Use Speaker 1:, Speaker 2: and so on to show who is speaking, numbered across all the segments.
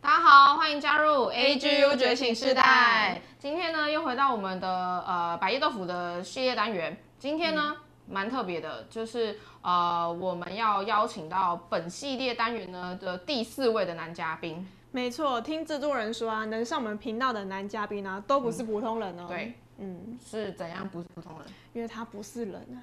Speaker 1: 好，欢迎加入
Speaker 2: AGU 觉醒世代。
Speaker 1: 今天呢，又回到我们的呃百叶豆腐的系列单元。今天呢，
Speaker 2: 嗯
Speaker 1: 蛮、特别的，就是呃我们要邀请到本系列单元呢的第四位的男嘉宾。
Speaker 2: 没错，听制作人说啊，能上我们频道的男嘉宾啊，都不是普通人哦。
Speaker 1: 对，
Speaker 2: 嗯，
Speaker 1: 是怎样不是普通人？
Speaker 2: 因为他不是人啊，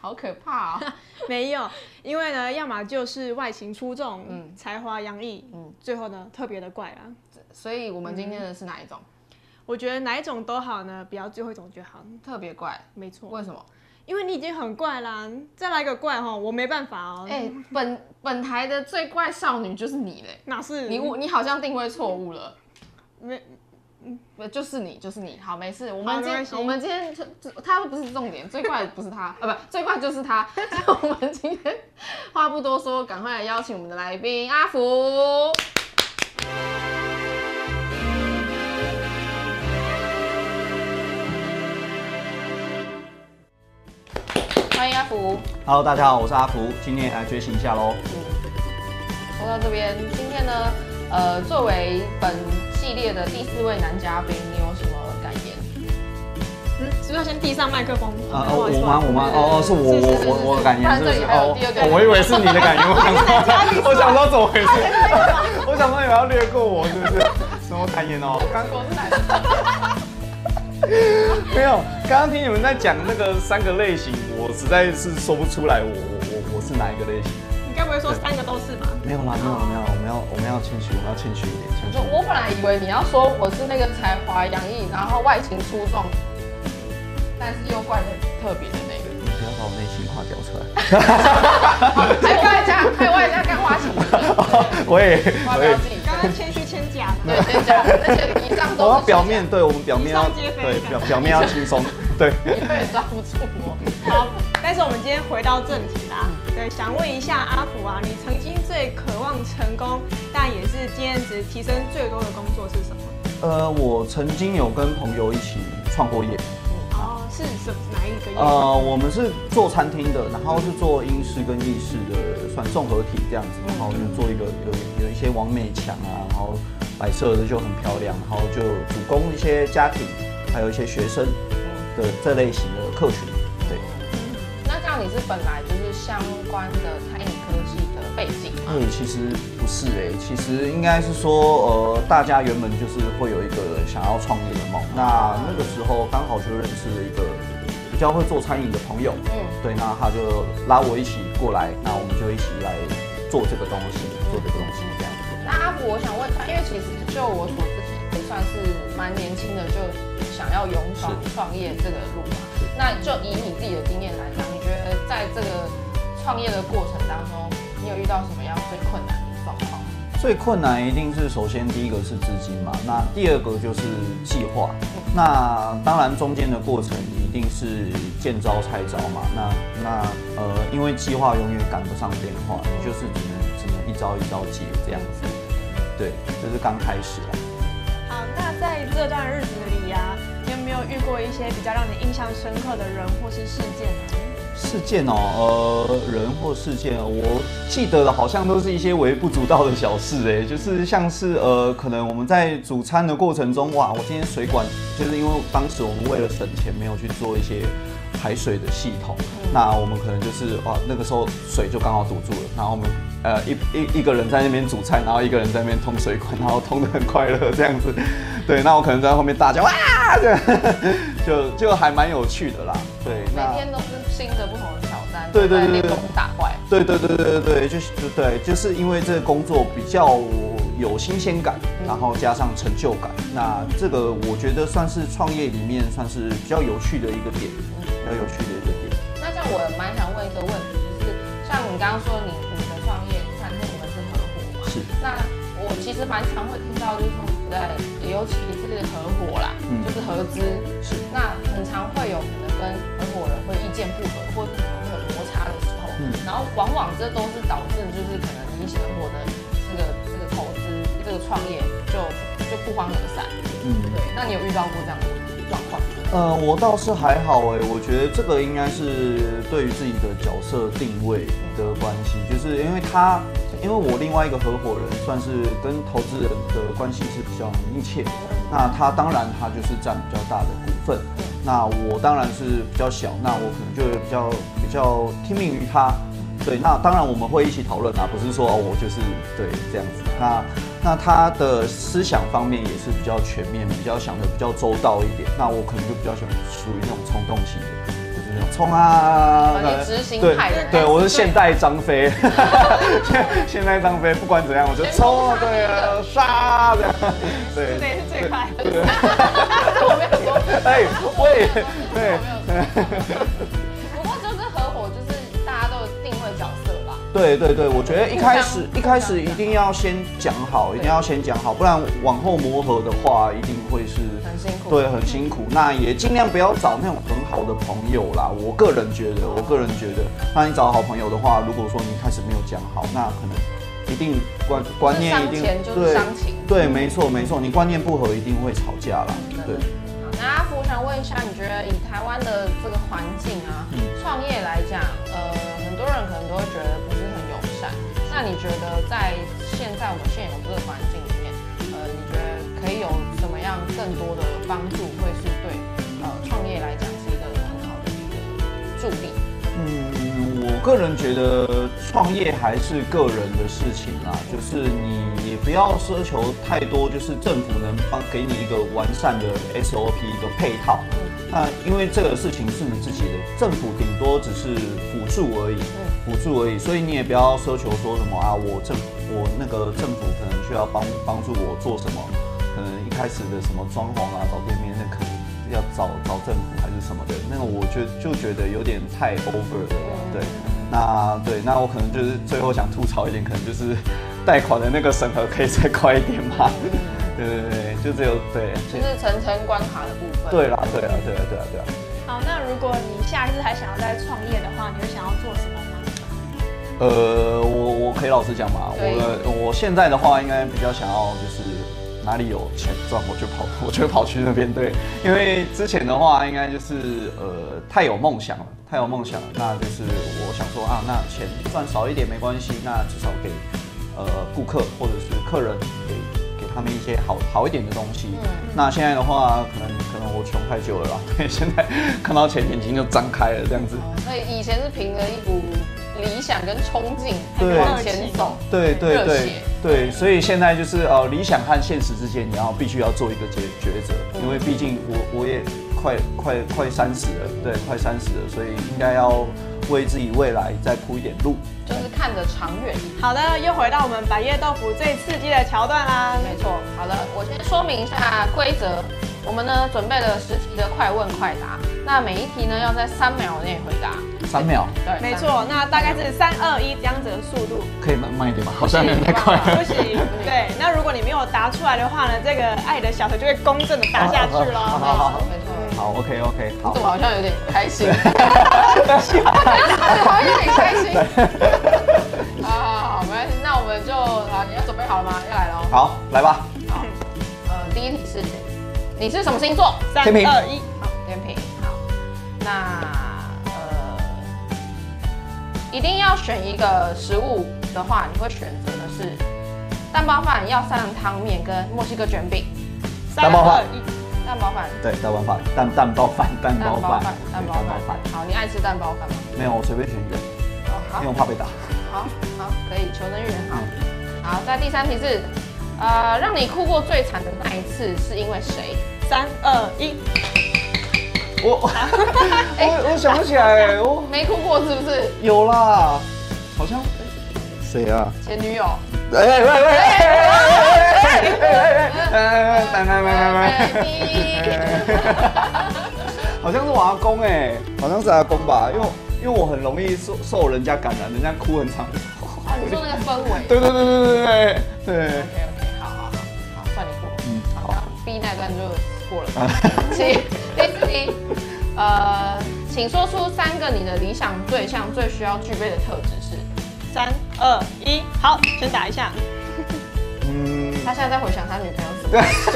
Speaker 1: 好可怕啊、
Speaker 2: 没有，因为呢，要么就是外形出众，
Speaker 1: 嗯
Speaker 2: 才华洋溢，
Speaker 1: 嗯
Speaker 2: 最后呢，特别的怪啊。
Speaker 1: 所以我们今天的是哪一种？
Speaker 2: 我觉得哪一种都好呢，不要最后一种就好。
Speaker 1: 特别怪，
Speaker 2: 嗯没错，
Speaker 1: 为什么？
Speaker 2: 因为你已经很怪啦，再来一个怪哈，我没办法哦。
Speaker 1: 哎、本 本台的最怪少女就是你嘞，
Speaker 2: 哪是
Speaker 1: 你误你好像定位错误了。
Speaker 2: 没
Speaker 1: 不就是你，就是你。好，没事。我
Speaker 2: 好
Speaker 1: 们
Speaker 2: 没
Speaker 1: 今
Speaker 2: 关系
Speaker 1: 我们今天他不是重点，最怪的不是他，啊，不，最怪就是他。 所以我们今天话不多说，赶快来邀请我们的来宾阿福。欢迎阿福。
Speaker 3: Hello，大家好，我是阿福，今天也来觉醒一下喽。
Speaker 1: 说到这边，今天呢，呃，作为本系列的第四位男嘉宾，你有什么感言？
Speaker 2: 嗯，是不是要先递上麦克风？
Speaker 3: 啊
Speaker 2: 不
Speaker 3: 哦，
Speaker 2: 好意思
Speaker 3: 我吗？我吗？ 哦哦，是我
Speaker 1: 是是是
Speaker 3: 我我
Speaker 1: 是
Speaker 3: 我的感言
Speaker 1: 看
Speaker 3: 是不
Speaker 1: 这
Speaker 3: 是
Speaker 1: 里？还有
Speaker 3: 哦
Speaker 1: 第二个，
Speaker 3: 哦我以为是你的感言，我 想说，我想说怎么回事？ 我想说你们要略过我是不是？什么感言哦？刚
Speaker 1: 我是男
Speaker 3: 没有，刚刚听你们在讲那个三个类型，我实在是说不出来我我我我是哪一个类型。
Speaker 2: 你该不会说三个都是 吧？
Speaker 3: 没有啦，没有没有，我们要我们要谦虚，我们要谦虚一点，谦虚
Speaker 1: 就。我本来以为你要说我是那个才华洋溢，然后外形出众，但是又怪的特别的那个，
Speaker 3: 你不要把我内心话讲出来。
Speaker 1: 还外加还外加干花型，
Speaker 3: 我也
Speaker 1: 花
Speaker 3: 我
Speaker 1: 标
Speaker 3: 也
Speaker 1: 自己
Speaker 2: 刚刚谦虚谦假的，
Speaker 1: 对，先讲，而且以上
Speaker 3: 我
Speaker 1: 都
Speaker 3: 要
Speaker 1: 是
Speaker 3: 表面对，我们表面要
Speaker 2: 轻松皆非
Speaker 3: 对表表面要轻松，对。
Speaker 1: 你也抓不住我。
Speaker 2: 好，但是我们今天回到正题啦。对，想问一下阿福啊，你曾经最渴望成功，但也是经验值提升最多的工作是什么？
Speaker 3: 呃，我曾经有跟朋友一起创过业，
Speaker 2: 哦，是什哪一个业？
Speaker 3: 呃，我们是做餐厅的，然后是做英式跟意式的，算综合体这样子，然后就做一个有有一些完美墙啊，然后摆设的就很漂亮，然后就主攻一些家庭，还有一些学生的这类型的客群，对。
Speaker 1: 那这样你是本来就是相关的餐饮科系的背景吗？
Speaker 3: 对，其实不是哎、其实应该是说，呃，大家原本就是会有一个想要创业的梦，那那个时候刚好就认识了一个比较会做餐饮的朋友，
Speaker 1: 嗯，
Speaker 3: 对，那他就拉我一起过来，那我们就一起来做这个东西，做这个东西这样子。
Speaker 1: 那阿福，我想问一下，因为其实就我所知，也算是蛮年轻的，就想要勇闯创业这个路嘛。那就以你自己的经验来讲，你觉得在这个创业的过程当中，你有遇到什么样最困难的状况？
Speaker 3: 最困难一定是首先第一个是资金嘛，那第二个就是计划。那当然中间的过程一定是见招拆招嘛。那那呃，因为计划永远赶不上变化，你就是只能只能一招一招接这样子。对，这、是刚开始啊。
Speaker 2: 好，那在这段日子里啊，你有没有遇过一些比较让你印象深刻的人或是事件啊呢？
Speaker 3: 事件哦，呃，人或事件，我记得的好像都是一些微不足道的小事、哎， 就是像是呃，可能我们在煮餐的过程中，哇，我今天水管，就是因为当时我们为了省钱，没有去做一些排水的系统，那我们可能就是哇，那个时候水就刚好堵住了，然后我们呃一一一个人在那边煮菜，然后一个人在那边通水管，然后通的很快乐这样子， 对，那我可能在后面大叫哇，这样 就就还蛮有趣的啦，对，
Speaker 1: 每
Speaker 3: 那。
Speaker 1: 天都是新的不同的挑战，
Speaker 3: 对对
Speaker 1: 都在
Speaker 3: 对
Speaker 1: 练
Speaker 3: 对
Speaker 1: 功打怪。
Speaker 3: 对对对对对对，就是就对，就是因为这个工作比较有新鲜感，然后加上成就感，那这个我觉得算是创业里面算是比较有趣的一个点，比较有趣的一个点。
Speaker 1: 那这样我蛮想问一个问题，就是像你刚刚说你你的创业餐厅你们是合伙嘛？
Speaker 3: 是
Speaker 1: 那我其实蛮常会听到，就是说在尤其是合伙啦，
Speaker 3: 嗯
Speaker 1: 就是合资，
Speaker 3: 是
Speaker 1: 那很常会有可能跟合伙人会意见不合，或者是可能会有摩擦的时候，
Speaker 3: 嗯
Speaker 1: 然后往往这都是导致就是可能你合伙的这个这个投资这个创业就就不欢而散。
Speaker 3: 嗯
Speaker 1: 对，那你有遇到过这样的状况吗？
Speaker 3: 呃，我倒是还好哎，我觉得这个应该是对于自己的角色定位的关系，就是因为他因为我另外一个合伙人算是跟投资人的关系是比较密切的，那他当然他就是占比较大的股份，那我当然是比较小，那我可能就会比较比较听命于他。对，那当然我们会一起讨论啊，不是说哦我就是对这样子。那那他的思想方面也是比较全面，比较想的比较周到一点。那我可能就比较喜欢属于那种冲动型的，就是那种冲啊，
Speaker 1: 而且
Speaker 3: 呃
Speaker 1: 执行
Speaker 3: 对
Speaker 1: 派的
Speaker 3: 对，我是现代张飞，现现代张飞，不管怎样我就冲，对啊，杀这样，
Speaker 2: 这
Speaker 3: 对，
Speaker 2: 也是最快的。
Speaker 1: 我没有说。
Speaker 3: 哎喂，对。
Speaker 1: 不过就是合伙，就是大家都有定位角色啦。
Speaker 3: 对对对，我觉得一开始
Speaker 1: 互相
Speaker 3: 一开始一定要先讲好，一定要先讲好，不然往后磨合的话，一定会是
Speaker 1: 很辛苦
Speaker 3: 对，很辛苦。那也尽量不要找那种很好的朋友啦。我个人觉得，我个人觉得，那你找好朋友的话，如果说你一开始没有讲好，那可能一定观观念一定
Speaker 1: 伤钱就是伤情
Speaker 3: 对，对，没错没错，你观念不合一定会吵架啦。对，
Speaker 1: 好，那阿福，我想问一下，你觉得以台湾的这个环境啊，
Speaker 3: 嗯
Speaker 1: 创业来讲，呃，很多人可能都会觉得不是很友善。那你觉得在现在我们现有这个环境里面，呃，你觉得可以有怎么样更多的帮助，会是对呃创业来讲是一个很好的一个助力？
Speaker 3: 嗯，我个人觉得创业还是个人的事情啦，就是你也不要奢求太多，就是政府能帮给你一个完善的 SOP 一个配套。那因为这个事情是你自己的，政府顶多只是辅助而已，辅助而已，所以你也不要奢求说什么啊，我政我那个政府可能需要帮帮助我做什么，可能一开始的什么装潢啊，找店面那可能要找找政府还是什么的，那个我就就觉得有点太 over 了啦，对。那对，那我可能就是最后想吐槽一点，可能就是贷款的那个审核可以再快一点嘛。对对对，就只有对，
Speaker 1: 就是层层关卡的部分。
Speaker 3: 对啦，对啦，对啦，啊对啦，对啦。
Speaker 2: 好，那如果你下一次还想要再创业的话，你会想要做什么呢？
Speaker 3: 呃，我我可以老实讲嘛，
Speaker 1: 可以
Speaker 3: 我的我现在的话，应该比较想要就是哪里有钱赚，我就跑，我就跑去那边。对，因为之前的话，应该就是呃太有梦想了，太有梦想了。那就是我想说啊，那钱赚少一点没关系，那至少给呃顾客或者是客人给给他们一些好好一点的东西。那现在的话，可能可能我穷太久了啦， 对，现在看到钱眼睛就张开了这样子。
Speaker 1: 所以以前是凭着一股理想跟冲劲
Speaker 3: 对
Speaker 1: 往前走，
Speaker 3: 对对
Speaker 1: 热
Speaker 3: 对
Speaker 1: 血
Speaker 3: 对，所以现在就是呃，理想和现实之间，你要必须要做一个抉抉择，因为毕竟我我也快快快三十了，对，快三十了，所以应该要为自己未来再铺一点路。
Speaker 1: 就是看着长远一点。
Speaker 2: 好的，又回到我们百叶豆腐最刺激的桥段啦。
Speaker 1: 没错，好了，我先说明一下规则。我们呢准备了十题的快问快答，那每一题呢要在三秒内回答。
Speaker 3: 三秒
Speaker 1: 对，
Speaker 2: 没
Speaker 1: 三秒。
Speaker 2: 错，那大概是三二一这样子的速度。
Speaker 3: 可以慢慢一点吗？好像有点太快
Speaker 2: 不
Speaker 3: 了。
Speaker 2: 行，对。那如果你没有答出来的话呢，这个爱的小头就会公正的打下去
Speaker 3: 好
Speaker 2: 喽。
Speaker 3: 好好
Speaker 1: 没错。没错
Speaker 3: 好，OK OK，
Speaker 1: 你怎么
Speaker 3: 好。
Speaker 1: 好像有点开 心？好像有点开心。好好好，没关系。那我们就好，你要准备好了吗？要来喽。
Speaker 3: 好，来吧。
Speaker 1: 好。呃，第一题是，你是什么星座？
Speaker 2: 三
Speaker 3: 天平
Speaker 2: 二一，
Speaker 1: 好，天平。好。那呃，一定要选一个食物的话，你会选择的是蛋包饭、药膳汤面跟墨西哥卷饼。
Speaker 2: 三
Speaker 3: 包
Speaker 2: 二
Speaker 3: 饭
Speaker 2: 一，
Speaker 1: 蛋包饭，
Speaker 3: 对，蛋包饭，蛋蛋包饭，蛋包饭，对
Speaker 1: 蛋包饭。好，你爱吃蛋包饭吗？
Speaker 3: 没有，我随便选一个，
Speaker 1: 哦，好
Speaker 3: 因为我怕 被打。
Speaker 1: 好好，可以，求生欲很
Speaker 3: 哎
Speaker 1: 好。好，在第三题是，呃，让你哭过最惨的那一次是因为谁？
Speaker 2: 三二一，
Speaker 3: 我我我想不起来，我。
Speaker 1: 没哭过是不是？
Speaker 3: 有啦，好像谁啊？
Speaker 1: 前女友。
Speaker 3: 哎哎哎哎哎哎哎哎！来来来来
Speaker 1: 第一
Speaker 3: 来！好像是我阿公哎，好像是阿公吧，因为因为我很容易受受人家感染，人家哭很长。
Speaker 1: 哦，你说那个氛围。
Speaker 3: 对对对对对对对
Speaker 1: OK OK，好好好，好，算你过。
Speaker 3: 嗯好
Speaker 1: 好，B 那段就过了。
Speaker 3: 啊
Speaker 1: 请第四题，呃，请说出三个你的理想对象最需要具备的特质是。
Speaker 2: 三二一，好，先打一下。
Speaker 3: 嗯，
Speaker 1: 他现在在回想他女朋友死，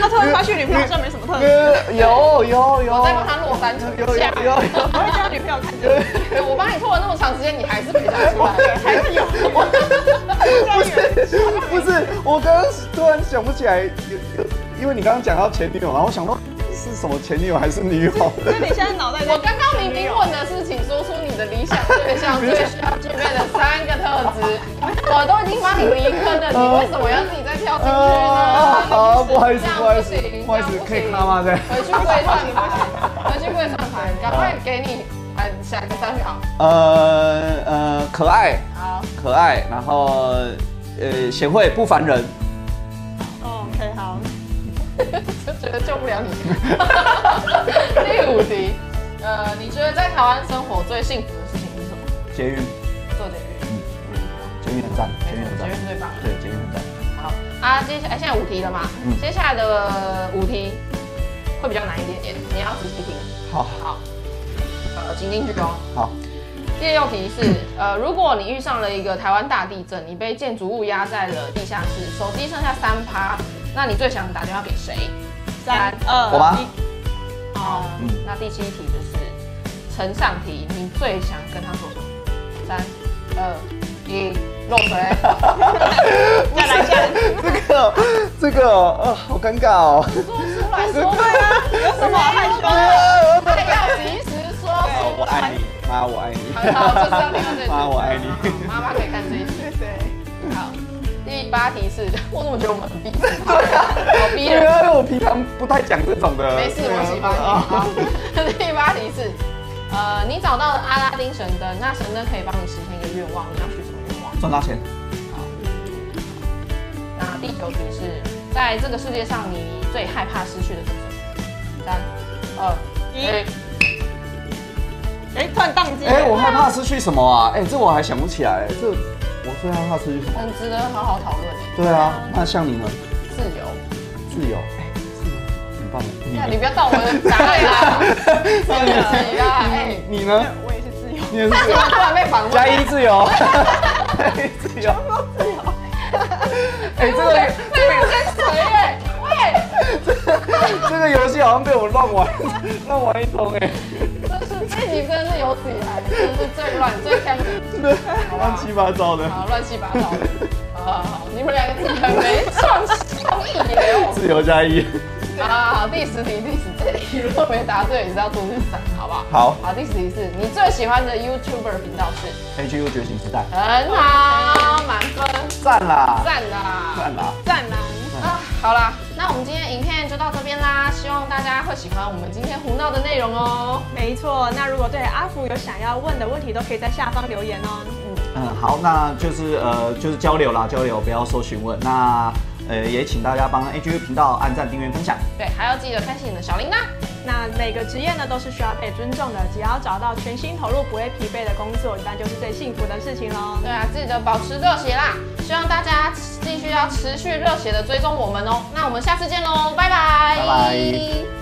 Speaker 2: 他突然发现女朋友好像没什么特别，
Speaker 3: 呃有有有，
Speaker 1: 我在帮他落单成
Speaker 3: 有有
Speaker 1: 下。
Speaker 3: 有有。
Speaker 2: 我会叫女朋友看这个，
Speaker 1: 对我帮你拖了那么长时间，你还是没讲出来，还是有。
Speaker 2: 不是
Speaker 3: 不是，我刚刚突然想不起来，有有，因为你刚刚讲到前女友，然后我想到是什么前女友还是女友？
Speaker 2: 所以你现在脑袋在
Speaker 1: 我刚刚明明问的是，请说出你的理想对象最需要具备的三个特质。我都已经帮你离坑了，你为什么要自己再跳进去呢？
Speaker 3: 好，不好意思
Speaker 1: 这，样
Speaker 3: 不好意思
Speaker 1: 行这样，
Speaker 3: 不好意思，
Speaker 1: 行
Speaker 3: 可以看吗？对，
Speaker 1: 回去跪算盘，回去跪算盘，赶快给你按下个啊三秒。
Speaker 3: 呃呃，可爱，
Speaker 1: 好，
Speaker 3: 可爱，然后呃，贤惠，不烦人。
Speaker 2: 哦，OK，好，
Speaker 1: 就觉得救不了你。第五题，呃，你觉得在台湾生活最幸福的事情是什么？
Speaker 3: 捷运，
Speaker 1: 做捷运，
Speaker 3: 嗯，捷运很赞，捷运很赞
Speaker 1: 捷，运最棒了。
Speaker 3: 对，捷运很赞。
Speaker 1: 好啊，接下来现在五题了嘛，
Speaker 3: 嗯
Speaker 1: 接下来的五题会比较难一点点，你要仔细听。
Speaker 3: 好，
Speaker 1: 好，呃，请进去哦。
Speaker 3: 好，
Speaker 1: 第六题是，呃，如果你遇上了一个台湾大地震，你被建筑物压在了地下室，手机剩下三趴，那你最想打电话给谁？
Speaker 2: 三
Speaker 3: 我
Speaker 2: 二
Speaker 3: 吗
Speaker 2: 一，
Speaker 1: 好，
Speaker 3: 嗯
Speaker 1: 那第七题就是呈上题，你最想跟他说什么？三、二、一，落水。
Speaker 2: 再来下一个，
Speaker 3: 这个这个，呃，好尴尬哦。
Speaker 1: 说出来说对啊，
Speaker 2: 有什么好害羞的？
Speaker 1: 他要及时说出
Speaker 3: 我爱你，妈，我爱你。
Speaker 1: 很好，就是要听到这句。
Speaker 3: 妈，我爱你。
Speaker 1: 好好妈妈可以看这一集。
Speaker 2: 对，
Speaker 1: 好，第八题是，我怎么觉得我们很逼？好逼
Speaker 3: 因为
Speaker 1: 人。
Speaker 3: 我平常不太讲这种的。
Speaker 1: 没事，我喜欢你。好，第八题是，呃，你找到了阿拉丁神灯，那神灯可以帮你实现一个愿望，你要许什么愿望？
Speaker 3: 赚大钱，
Speaker 1: 那第九题是，在这个世界上你最害怕失去的是什么？三、二、
Speaker 2: 一
Speaker 1: 一。
Speaker 2: 哎，突然宕机了，
Speaker 3: 哎、我害怕失去什么啊？哎、这我还想不起来。这我最害怕失去什么？
Speaker 1: 很值得好好讨论诶，
Speaker 3: 对啊，那像你呢？
Speaker 1: 自由。
Speaker 3: 自由，哎、自由，很棒。你
Speaker 1: 那你不要到我的答案啦，自己啦，哎，
Speaker 3: 你你呢？
Speaker 2: 我也是自由，
Speaker 3: 你也是自
Speaker 1: 怎
Speaker 3: 由
Speaker 1: 么突然被访问？
Speaker 3: 加一自由，加一自由。哎、这个
Speaker 1: 没有跟谁哎，喂，
Speaker 3: 这个游戏好像被我乱玩，乱玩一通哎、
Speaker 1: 真是这集真的是有史以来真的是最乱最坑，
Speaker 3: 乱七八糟的。
Speaker 1: 好啊乱七八糟的。好好好，你们两个真的很没创创意耶！
Speaker 3: 自由加一，
Speaker 1: 好好好，第十题，第十这题如果没答对，你知道出去斩，好不好？
Speaker 3: 好
Speaker 1: 好，第十题是你最喜欢的 YouTuber 频道是？
Speaker 3: ，H U 觉醒时代，
Speaker 1: 很好，满分，
Speaker 3: 赞啦，
Speaker 1: 赞啦！
Speaker 3: 赞哦啦。
Speaker 2: 战狼，
Speaker 1: 啊，好啦，那我们今天影片就到这边啦，希望大家会喜欢我们今天胡闹的内容哦。
Speaker 2: 没错。那如果对阿福有想要问的问题，都可以在下方留言哦。
Speaker 3: 嗯，好，那就是呃，就是交流啦，交流，不要说询问。那呃，也请大家帮 A G U 频道按赞、订阅、分享。
Speaker 1: 对，还要记得开启你的小铃铛。
Speaker 2: 那每个职业呢都是需要被尊重的，只要找到全心投入、不会疲惫的工作，那就是最幸福的事情喽。
Speaker 1: 对啊，记得保持热血啦，希望大家继续要持续热血的追踪我们哦。那我们下次见喽，拜拜
Speaker 3: 拜拜